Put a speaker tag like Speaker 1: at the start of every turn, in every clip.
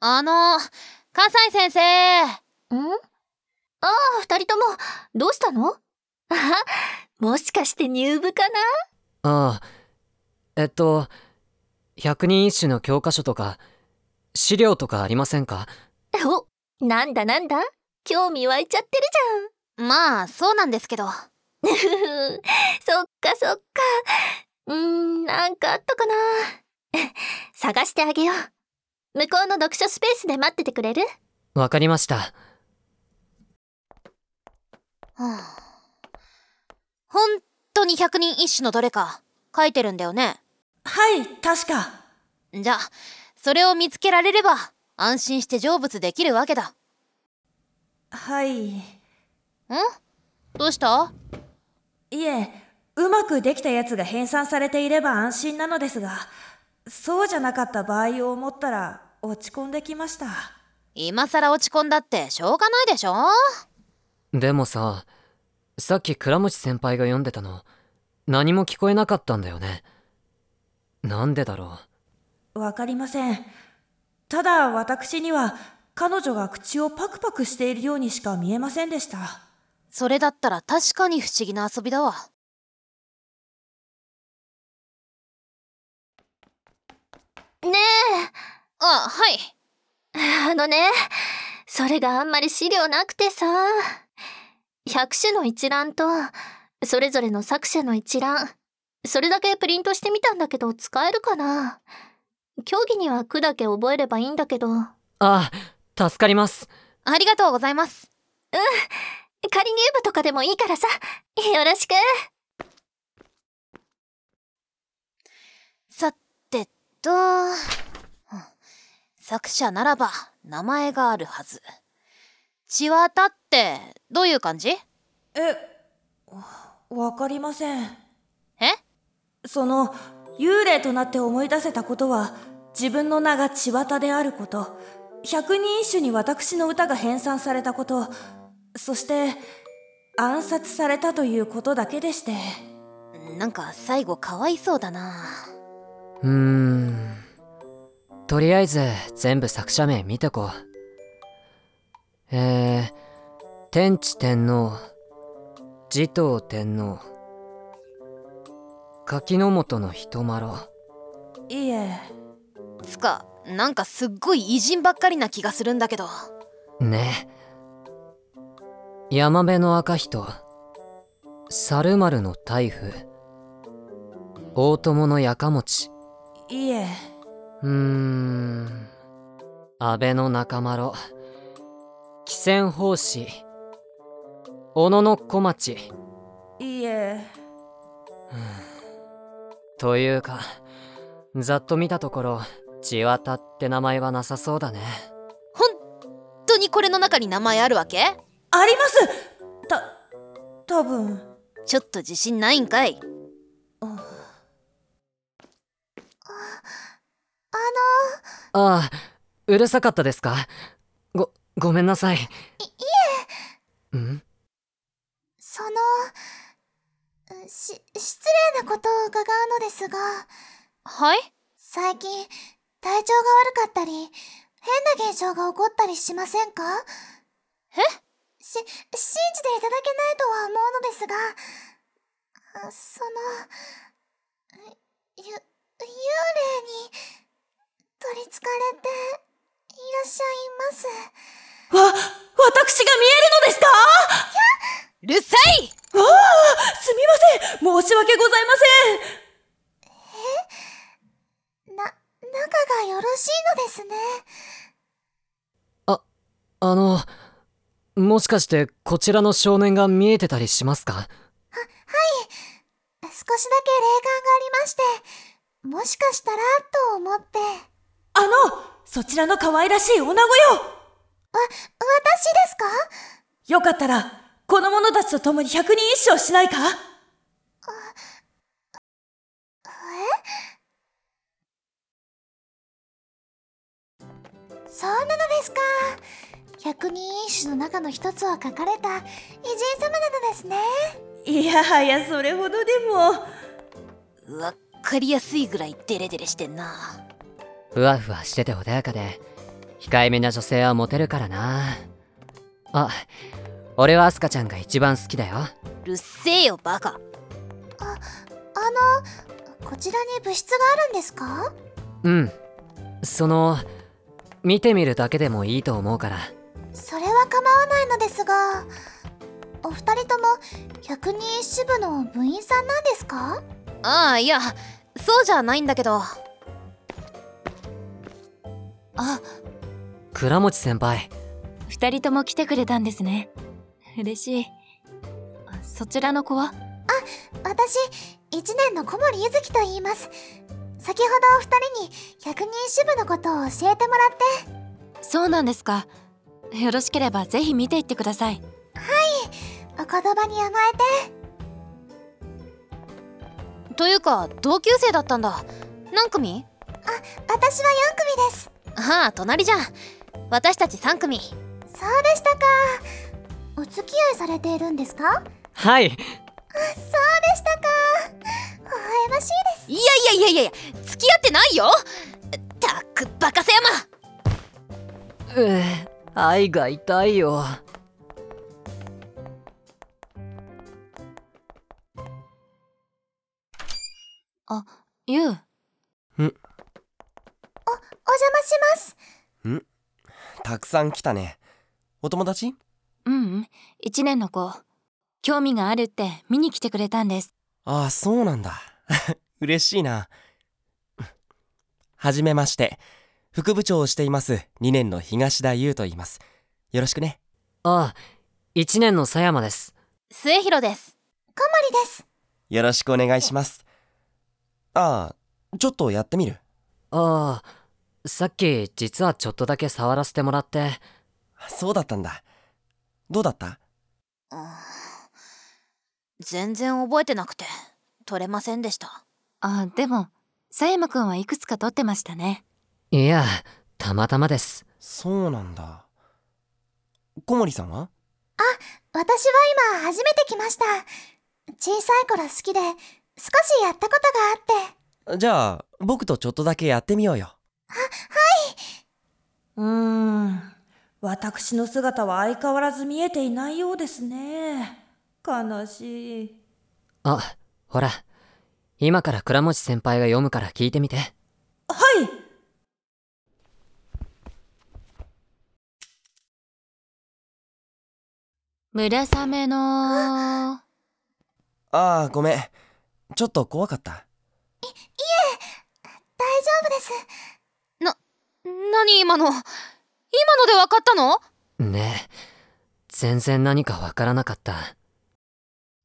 Speaker 1: あの、笠西先生。
Speaker 2: んああ、二人とも、どうしたの あもしかして入部かな
Speaker 3: ああえっと百人一首の教科書とか資料とかありませんか
Speaker 2: お、なんだなんだ興味湧いちゃってる
Speaker 1: まあ、そうなん ですけど。
Speaker 2: じゃん。ふふそっかそっか。うーん、なんかあったかな。 探してあげよう。向こうの読書スペースで待っててくれる
Speaker 3: わかりました
Speaker 1: はあ本当に百人一首のどれか書いてるんだよね。
Speaker 4: はい、確か。
Speaker 1: じゃあ、それを見つけられれば安心して成仏できるわけだ。
Speaker 4: はい。い
Speaker 1: んどうした
Speaker 4: え、うまくできたやつが編纂されていれば安心なのですが、そうじゃなかった場合を思ったら落ち込んできました。
Speaker 1: 今更落ち込んだってしょうがないでしょ
Speaker 3: でもささっき倉持先輩が読んでたの何も聞こえなかったんだよねなんでだろ
Speaker 4: わかりません。ただ私には彼女が口をパクパクしているようにしか見えませんでした。
Speaker 1: それだったら確かに不思議な遊びだわ。
Speaker 2: ね
Speaker 1: あ、はい。
Speaker 2: え、あのね、それがあんまり資料なくてさ。百種の一覧と、それぞれの作者の一覧、それだけプリントしてみたんだけど使えるかな競技には句だけ覚えればいいんだけど。
Speaker 3: うああ助かります
Speaker 1: ありがとうございます。
Speaker 2: 仮入部とかでもいいからさ、よろしく。
Speaker 1: さてと、うん作者ならば名前があるはず。千綿ってどういう感じ
Speaker 4: え、わかりません。
Speaker 1: え
Speaker 4: その幽霊となって思い出せたことは自分の名が千綿であること百人一首に私の歌が編纂されたことそして暗殺されたということだけでして
Speaker 1: なんか最後かわいそうだな
Speaker 3: うーんとりあえず全部作者名見てこうえー、天智天皇持統天皇柿の本の人まろ
Speaker 4: いいえ
Speaker 1: つかなんかすっごい偉人ばっかりな気がするんだけど
Speaker 3: ねヤマベの赤人猿丸の大夫大友のやかもち
Speaker 4: いいえ
Speaker 3: うーん安倍の中丸汽船法師小野の小町
Speaker 4: いいえ
Speaker 3: というかざっと見たところ千綿って名前はなさそうだね
Speaker 1: 本当にこれの中に名前あるわけ
Speaker 4: ありますた多分
Speaker 1: ちょっと自信ないんかい
Speaker 3: ああうるさかったですかごごめんなさいいいえん
Speaker 5: その、し、失礼なことを伺うのですが、
Speaker 1: はい
Speaker 5: 最近、体調が悪かったり、変な現象が起こったりしませんか
Speaker 1: え
Speaker 5: し、信じていただけないとは思うのですが、あその、ゆ、幽霊に、取り憑かれて、いらっしゃいます。
Speaker 4: わ私が見えるのですか
Speaker 1: うるさい
Speaker 4: わあすみません申し訳ございません
Speaker 5: な、仲がよろしいのですね。
Speaker 3: あのもしかしてこちらの少年が見えてたりしますか
Speaker 5: 少しだけ霊感がありまして、もしかしたらと思って、
Speaker 4: あのそちらの可愛らしい女子よ
Speaker 5: 私ですか
Speaker 4: よかったら、この者たちと共に百人一首をしないか
Speaker 5: そうなのですか。百人一首の中の一つを書かれた偉人様なのですね。
Speaker 4: いやはや、それほどでも。
Speaker 1: わっかりやすいぐらいデレデレしてんな
Speaker 3: ふわふわしてて穏やかで控えめな女性はモテるからなあ俺はアスカちゃんが一番好きだよ
Speaker 1: うるせえよバカ
Speaker 5: あのこちらに部室があるんですか
Speaker 3: うんその見てみるだけでもいいと思うから
Speaker 5: それは構わないのですがお二人とも百人一首部の部員さんなんですか
Speaker 1: ああいやそうじゃないんだけど
Speaker 6: あ、
Speaker 3: 倉持先輩
Speaker 6: 二人とも来てくれたんですね。嬉しい。あそちらの子は
Speaker 5: 私1年の小森ゆずきと言います先ほどお二人に百人一首部のことを教えてもらって
Speaker 6: そうなんですか。よろしければぜひ見ていってください。
Speaker 5: お言葉に甘えて
Speaker 1: というか同級生だったんだ何組
Speaker 5: 私は4組です
Speaker 1: ああ隣じゃん私たち3組
Speaker 5: そうでしたかお付き合いされているんですか
Speaker 3: はい
Speaker 5: そうでしたか微笑ましい
Speaker 1: い
Speaker 5: です
Speaker 1: やいやいやいや付き合ってないよたくバカせ山
Speaker 3: うう愛が痛いよ
Speaker 6: ゆう、
Speaker 5: お邪魔します
Speaker 7: たくさん来たねお友達
Speaker 6: うんうん、一年の子。興味があるって見に来てくれたんです。
Speaker 7: ああそうなんだ 嬉しいなはじめまして副部長をしています2年の東田優と言いますよろしくね
Speaker 3: ああ1年の狭山です
Speaker 1: 末広です
Speaker 5: 小森です
Speaker 7: よろしくお願いしますああちょっとやってみる
Speaker 3: ああさっき実はちょっとだけ触らせてもらって
Speaker 7: そうだったんだどうだった
Speaker 1: 全然覚えてなくて取れませんでした
Speaker 6: あ、でも、佐山くんはいくつか撮ってましたね。
Speaker 3: いやたまたまです
Speaker 7: そうなんだ小森さんは
Speaker 5: 私は今初めて来ました小さい頃好きで少しやったことがあって
Speaker 7: じゃあ僕とちょっとだけやってみようよ
Speaker 4: うーん私の姿は相変わらず見えていないようですね悲しい
Speaker 3: あほら今から倉持先輩が読むから聞いてみて
Speaker 4: はい
Speaker 6: 村雨の、
Speaker 7: ああごめんちょっと怖かった
Speaker 5: 大丈夫です
Speaker 1: 何今の今ので分かったの
Speaker 3: ねえ全然何かわからなかった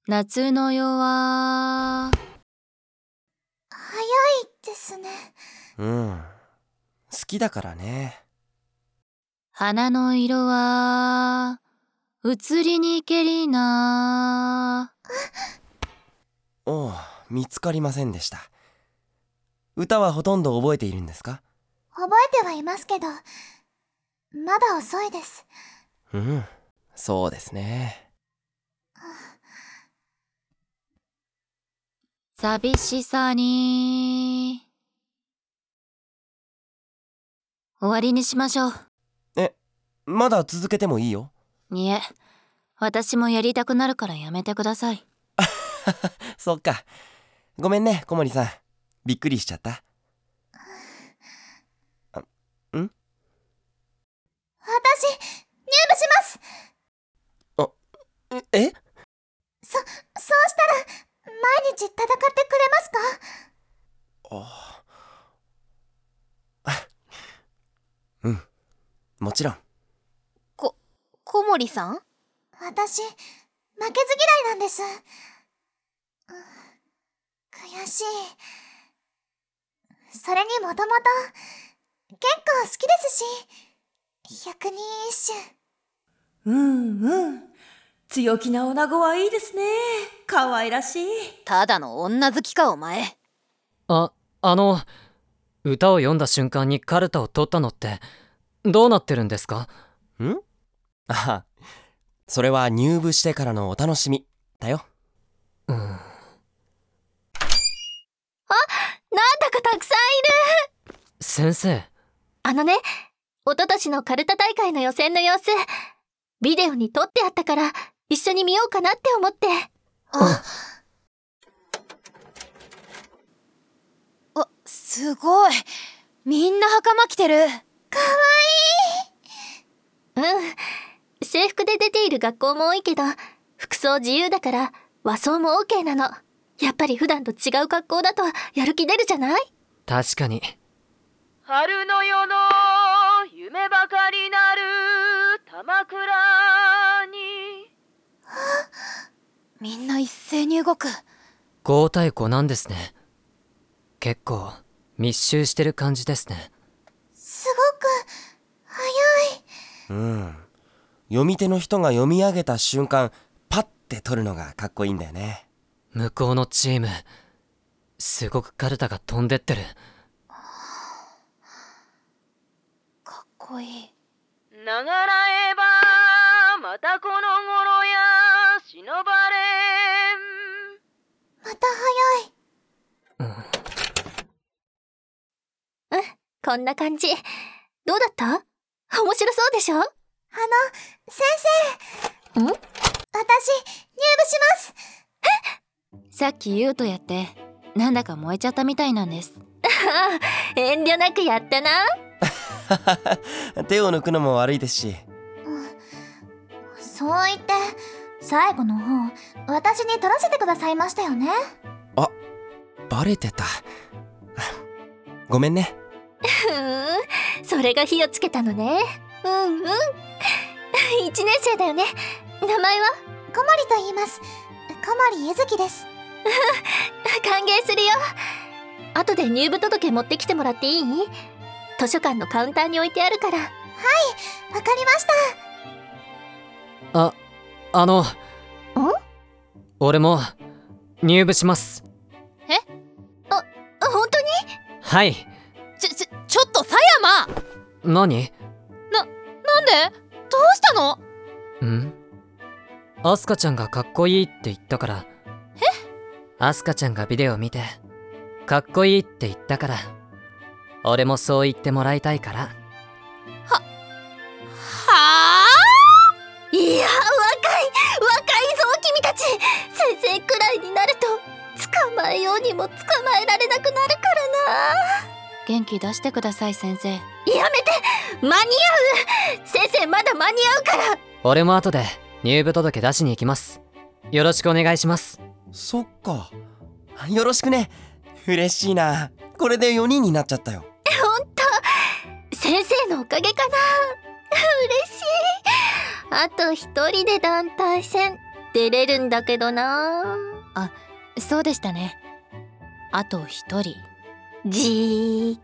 Speaker 6: 夏の夜は、
Speaker 5: 早いですね
Speaker 7: うん好きだからね
Speaker 6: 花の色は、移りにけりな。
Speaker 7: おう見つかりませんでした歌はほとんど覚えているんですか
Speaker 5: 覚えてはいますけどまだ遅いです
Speaker 7: うんそうですね
Speaker 6: 寂しさに。終わりにしましょう。
Speaker 7: まだ続けてもいいよ
Speaker 6: いえ、私もやりたくなるからやめてください。
Speaker 7: そっかごめんね小森さんびっくりしちゃった
Speaker 5: 私入部します
Speaker 7: え
Speaker 5: そうしたら毎日戦ってくれますか
Speaker 7: ああ うんもちろん
Speaker 1: 小森さん
Speaker 5: 私負けず嫌いなんですうん悔しいそれにもともと結構好きですし百人一
Speaker 4: う
Speaker 5: 首
Speaker 4: んうん強気な女子はいいですね可愛らしい
Speaker 1: ただの女好きかお前
Speaker 3: ああの歌を読んだ瞬間にカルタを取ったのってどうなってるんですか
Speaker 7: ん あそれは入部してからのお楽しみだよ
Speaker 3: うん
Speaker 6: なんだかたくさんいる
Speaker 3: 先生
Speaker 6: あのね、
Speaker 2: おととしのカルタ大会の予選の様子、ビデオに撮ってあったから、一緒に見ようかなって思って。
Speaker 1: ああすごいみんな袴着てる
Speaker 2: うん。制服で出ている学校も多いけど、服装自由だから和装も OK なの。やっぱり普段と違う格好だとやる気出るじゃない
Speaker 3: 確かに
Speaker 8: 春の夜の夢ばかりなる玉倉に
Speaker 1: みんな一斉に動く
Speaker 3: 5対5なんですね結構密集してる感じですね
Speaker 5: すごく早い
Speaker 7: うん読み手の人が読み上げた瞬間パッて取るのがかっこいいんだよね
Speaker 3: 向こうのチームすごくカルタが飛んでってる
Speaker 1: かっこいい
Speaker 8: 流らえばまたこの頃や忍ばれん
Speaker 5: また早い
Speaker 2: こんな感じ。どうだった面白そうでしょ
Speaker 5: あの先生
Speaker 2: ん
Speaker 5: 私入部します
Speaker 6: さっきユウとやってなんだか燃えちゃったみたいなんです
Speaker 2: 遠慮なくやったな。
Speaker 7: 手を抜くのも悪いですし
Speaker 5: そう言って最後の方私に取らせてくださいましたよね
Speaker 7: バレてた ごめんね
Speaker 2: ふーん、それが火をつけたのね。うん うん。一年生だよね。名前は
Speaker 5: 小森と言います小森ゆずきです
Speaker 2: 歓迎するよ。後で入部届持ってきてもらっていい図書館のカウンターに置いてあるから。
Speaker 5: わかりました
Speaker 3: ああの俺も入部します
Speaker 2: あ本当に
Speaker 3: はい
Speaker 1: ちょちょちょっと狭山なんで
Speaker 3: 何
Speaker 1: どうしたの
Speaker 3: んアスカちゃんがかっこいいって言ったからえアスカちゃんがビデオ見てかっこいいって言ったから俺もそう言ってもらいたいから
Speaker 1: はあ
Speaker 2: いや、若い若いぞ、君たち先生くらいになると、捕まえようにも捕まえられなくなるから
Speaker 6: 元気出してください先生
Speaker 2: なやめて間に合う先生、まだ間に合うから
Speaker 3: 俺も後で入部届出しに行きますよろしくお願いします
Speaker 7: そっかよろしくね嬉しいなこれで4人になっちゃったよ
Speaker 2: 先生のおかげかな 嬉しいあと一人で団体戦出れるんだけどな
Speaker 6: そうでしたねあと一人
Speaker 2: じー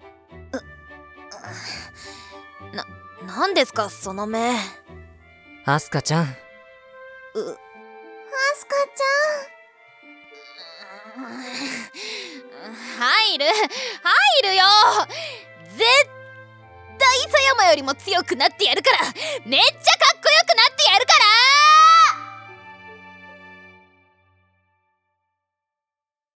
Speaker 1: 何ですかその目
Speaker 3: アスカちゃん
Speaker 5: アスカち
Speaker 1: 入る入るよ絶対狭山よりも強くなってやるからめっちゃ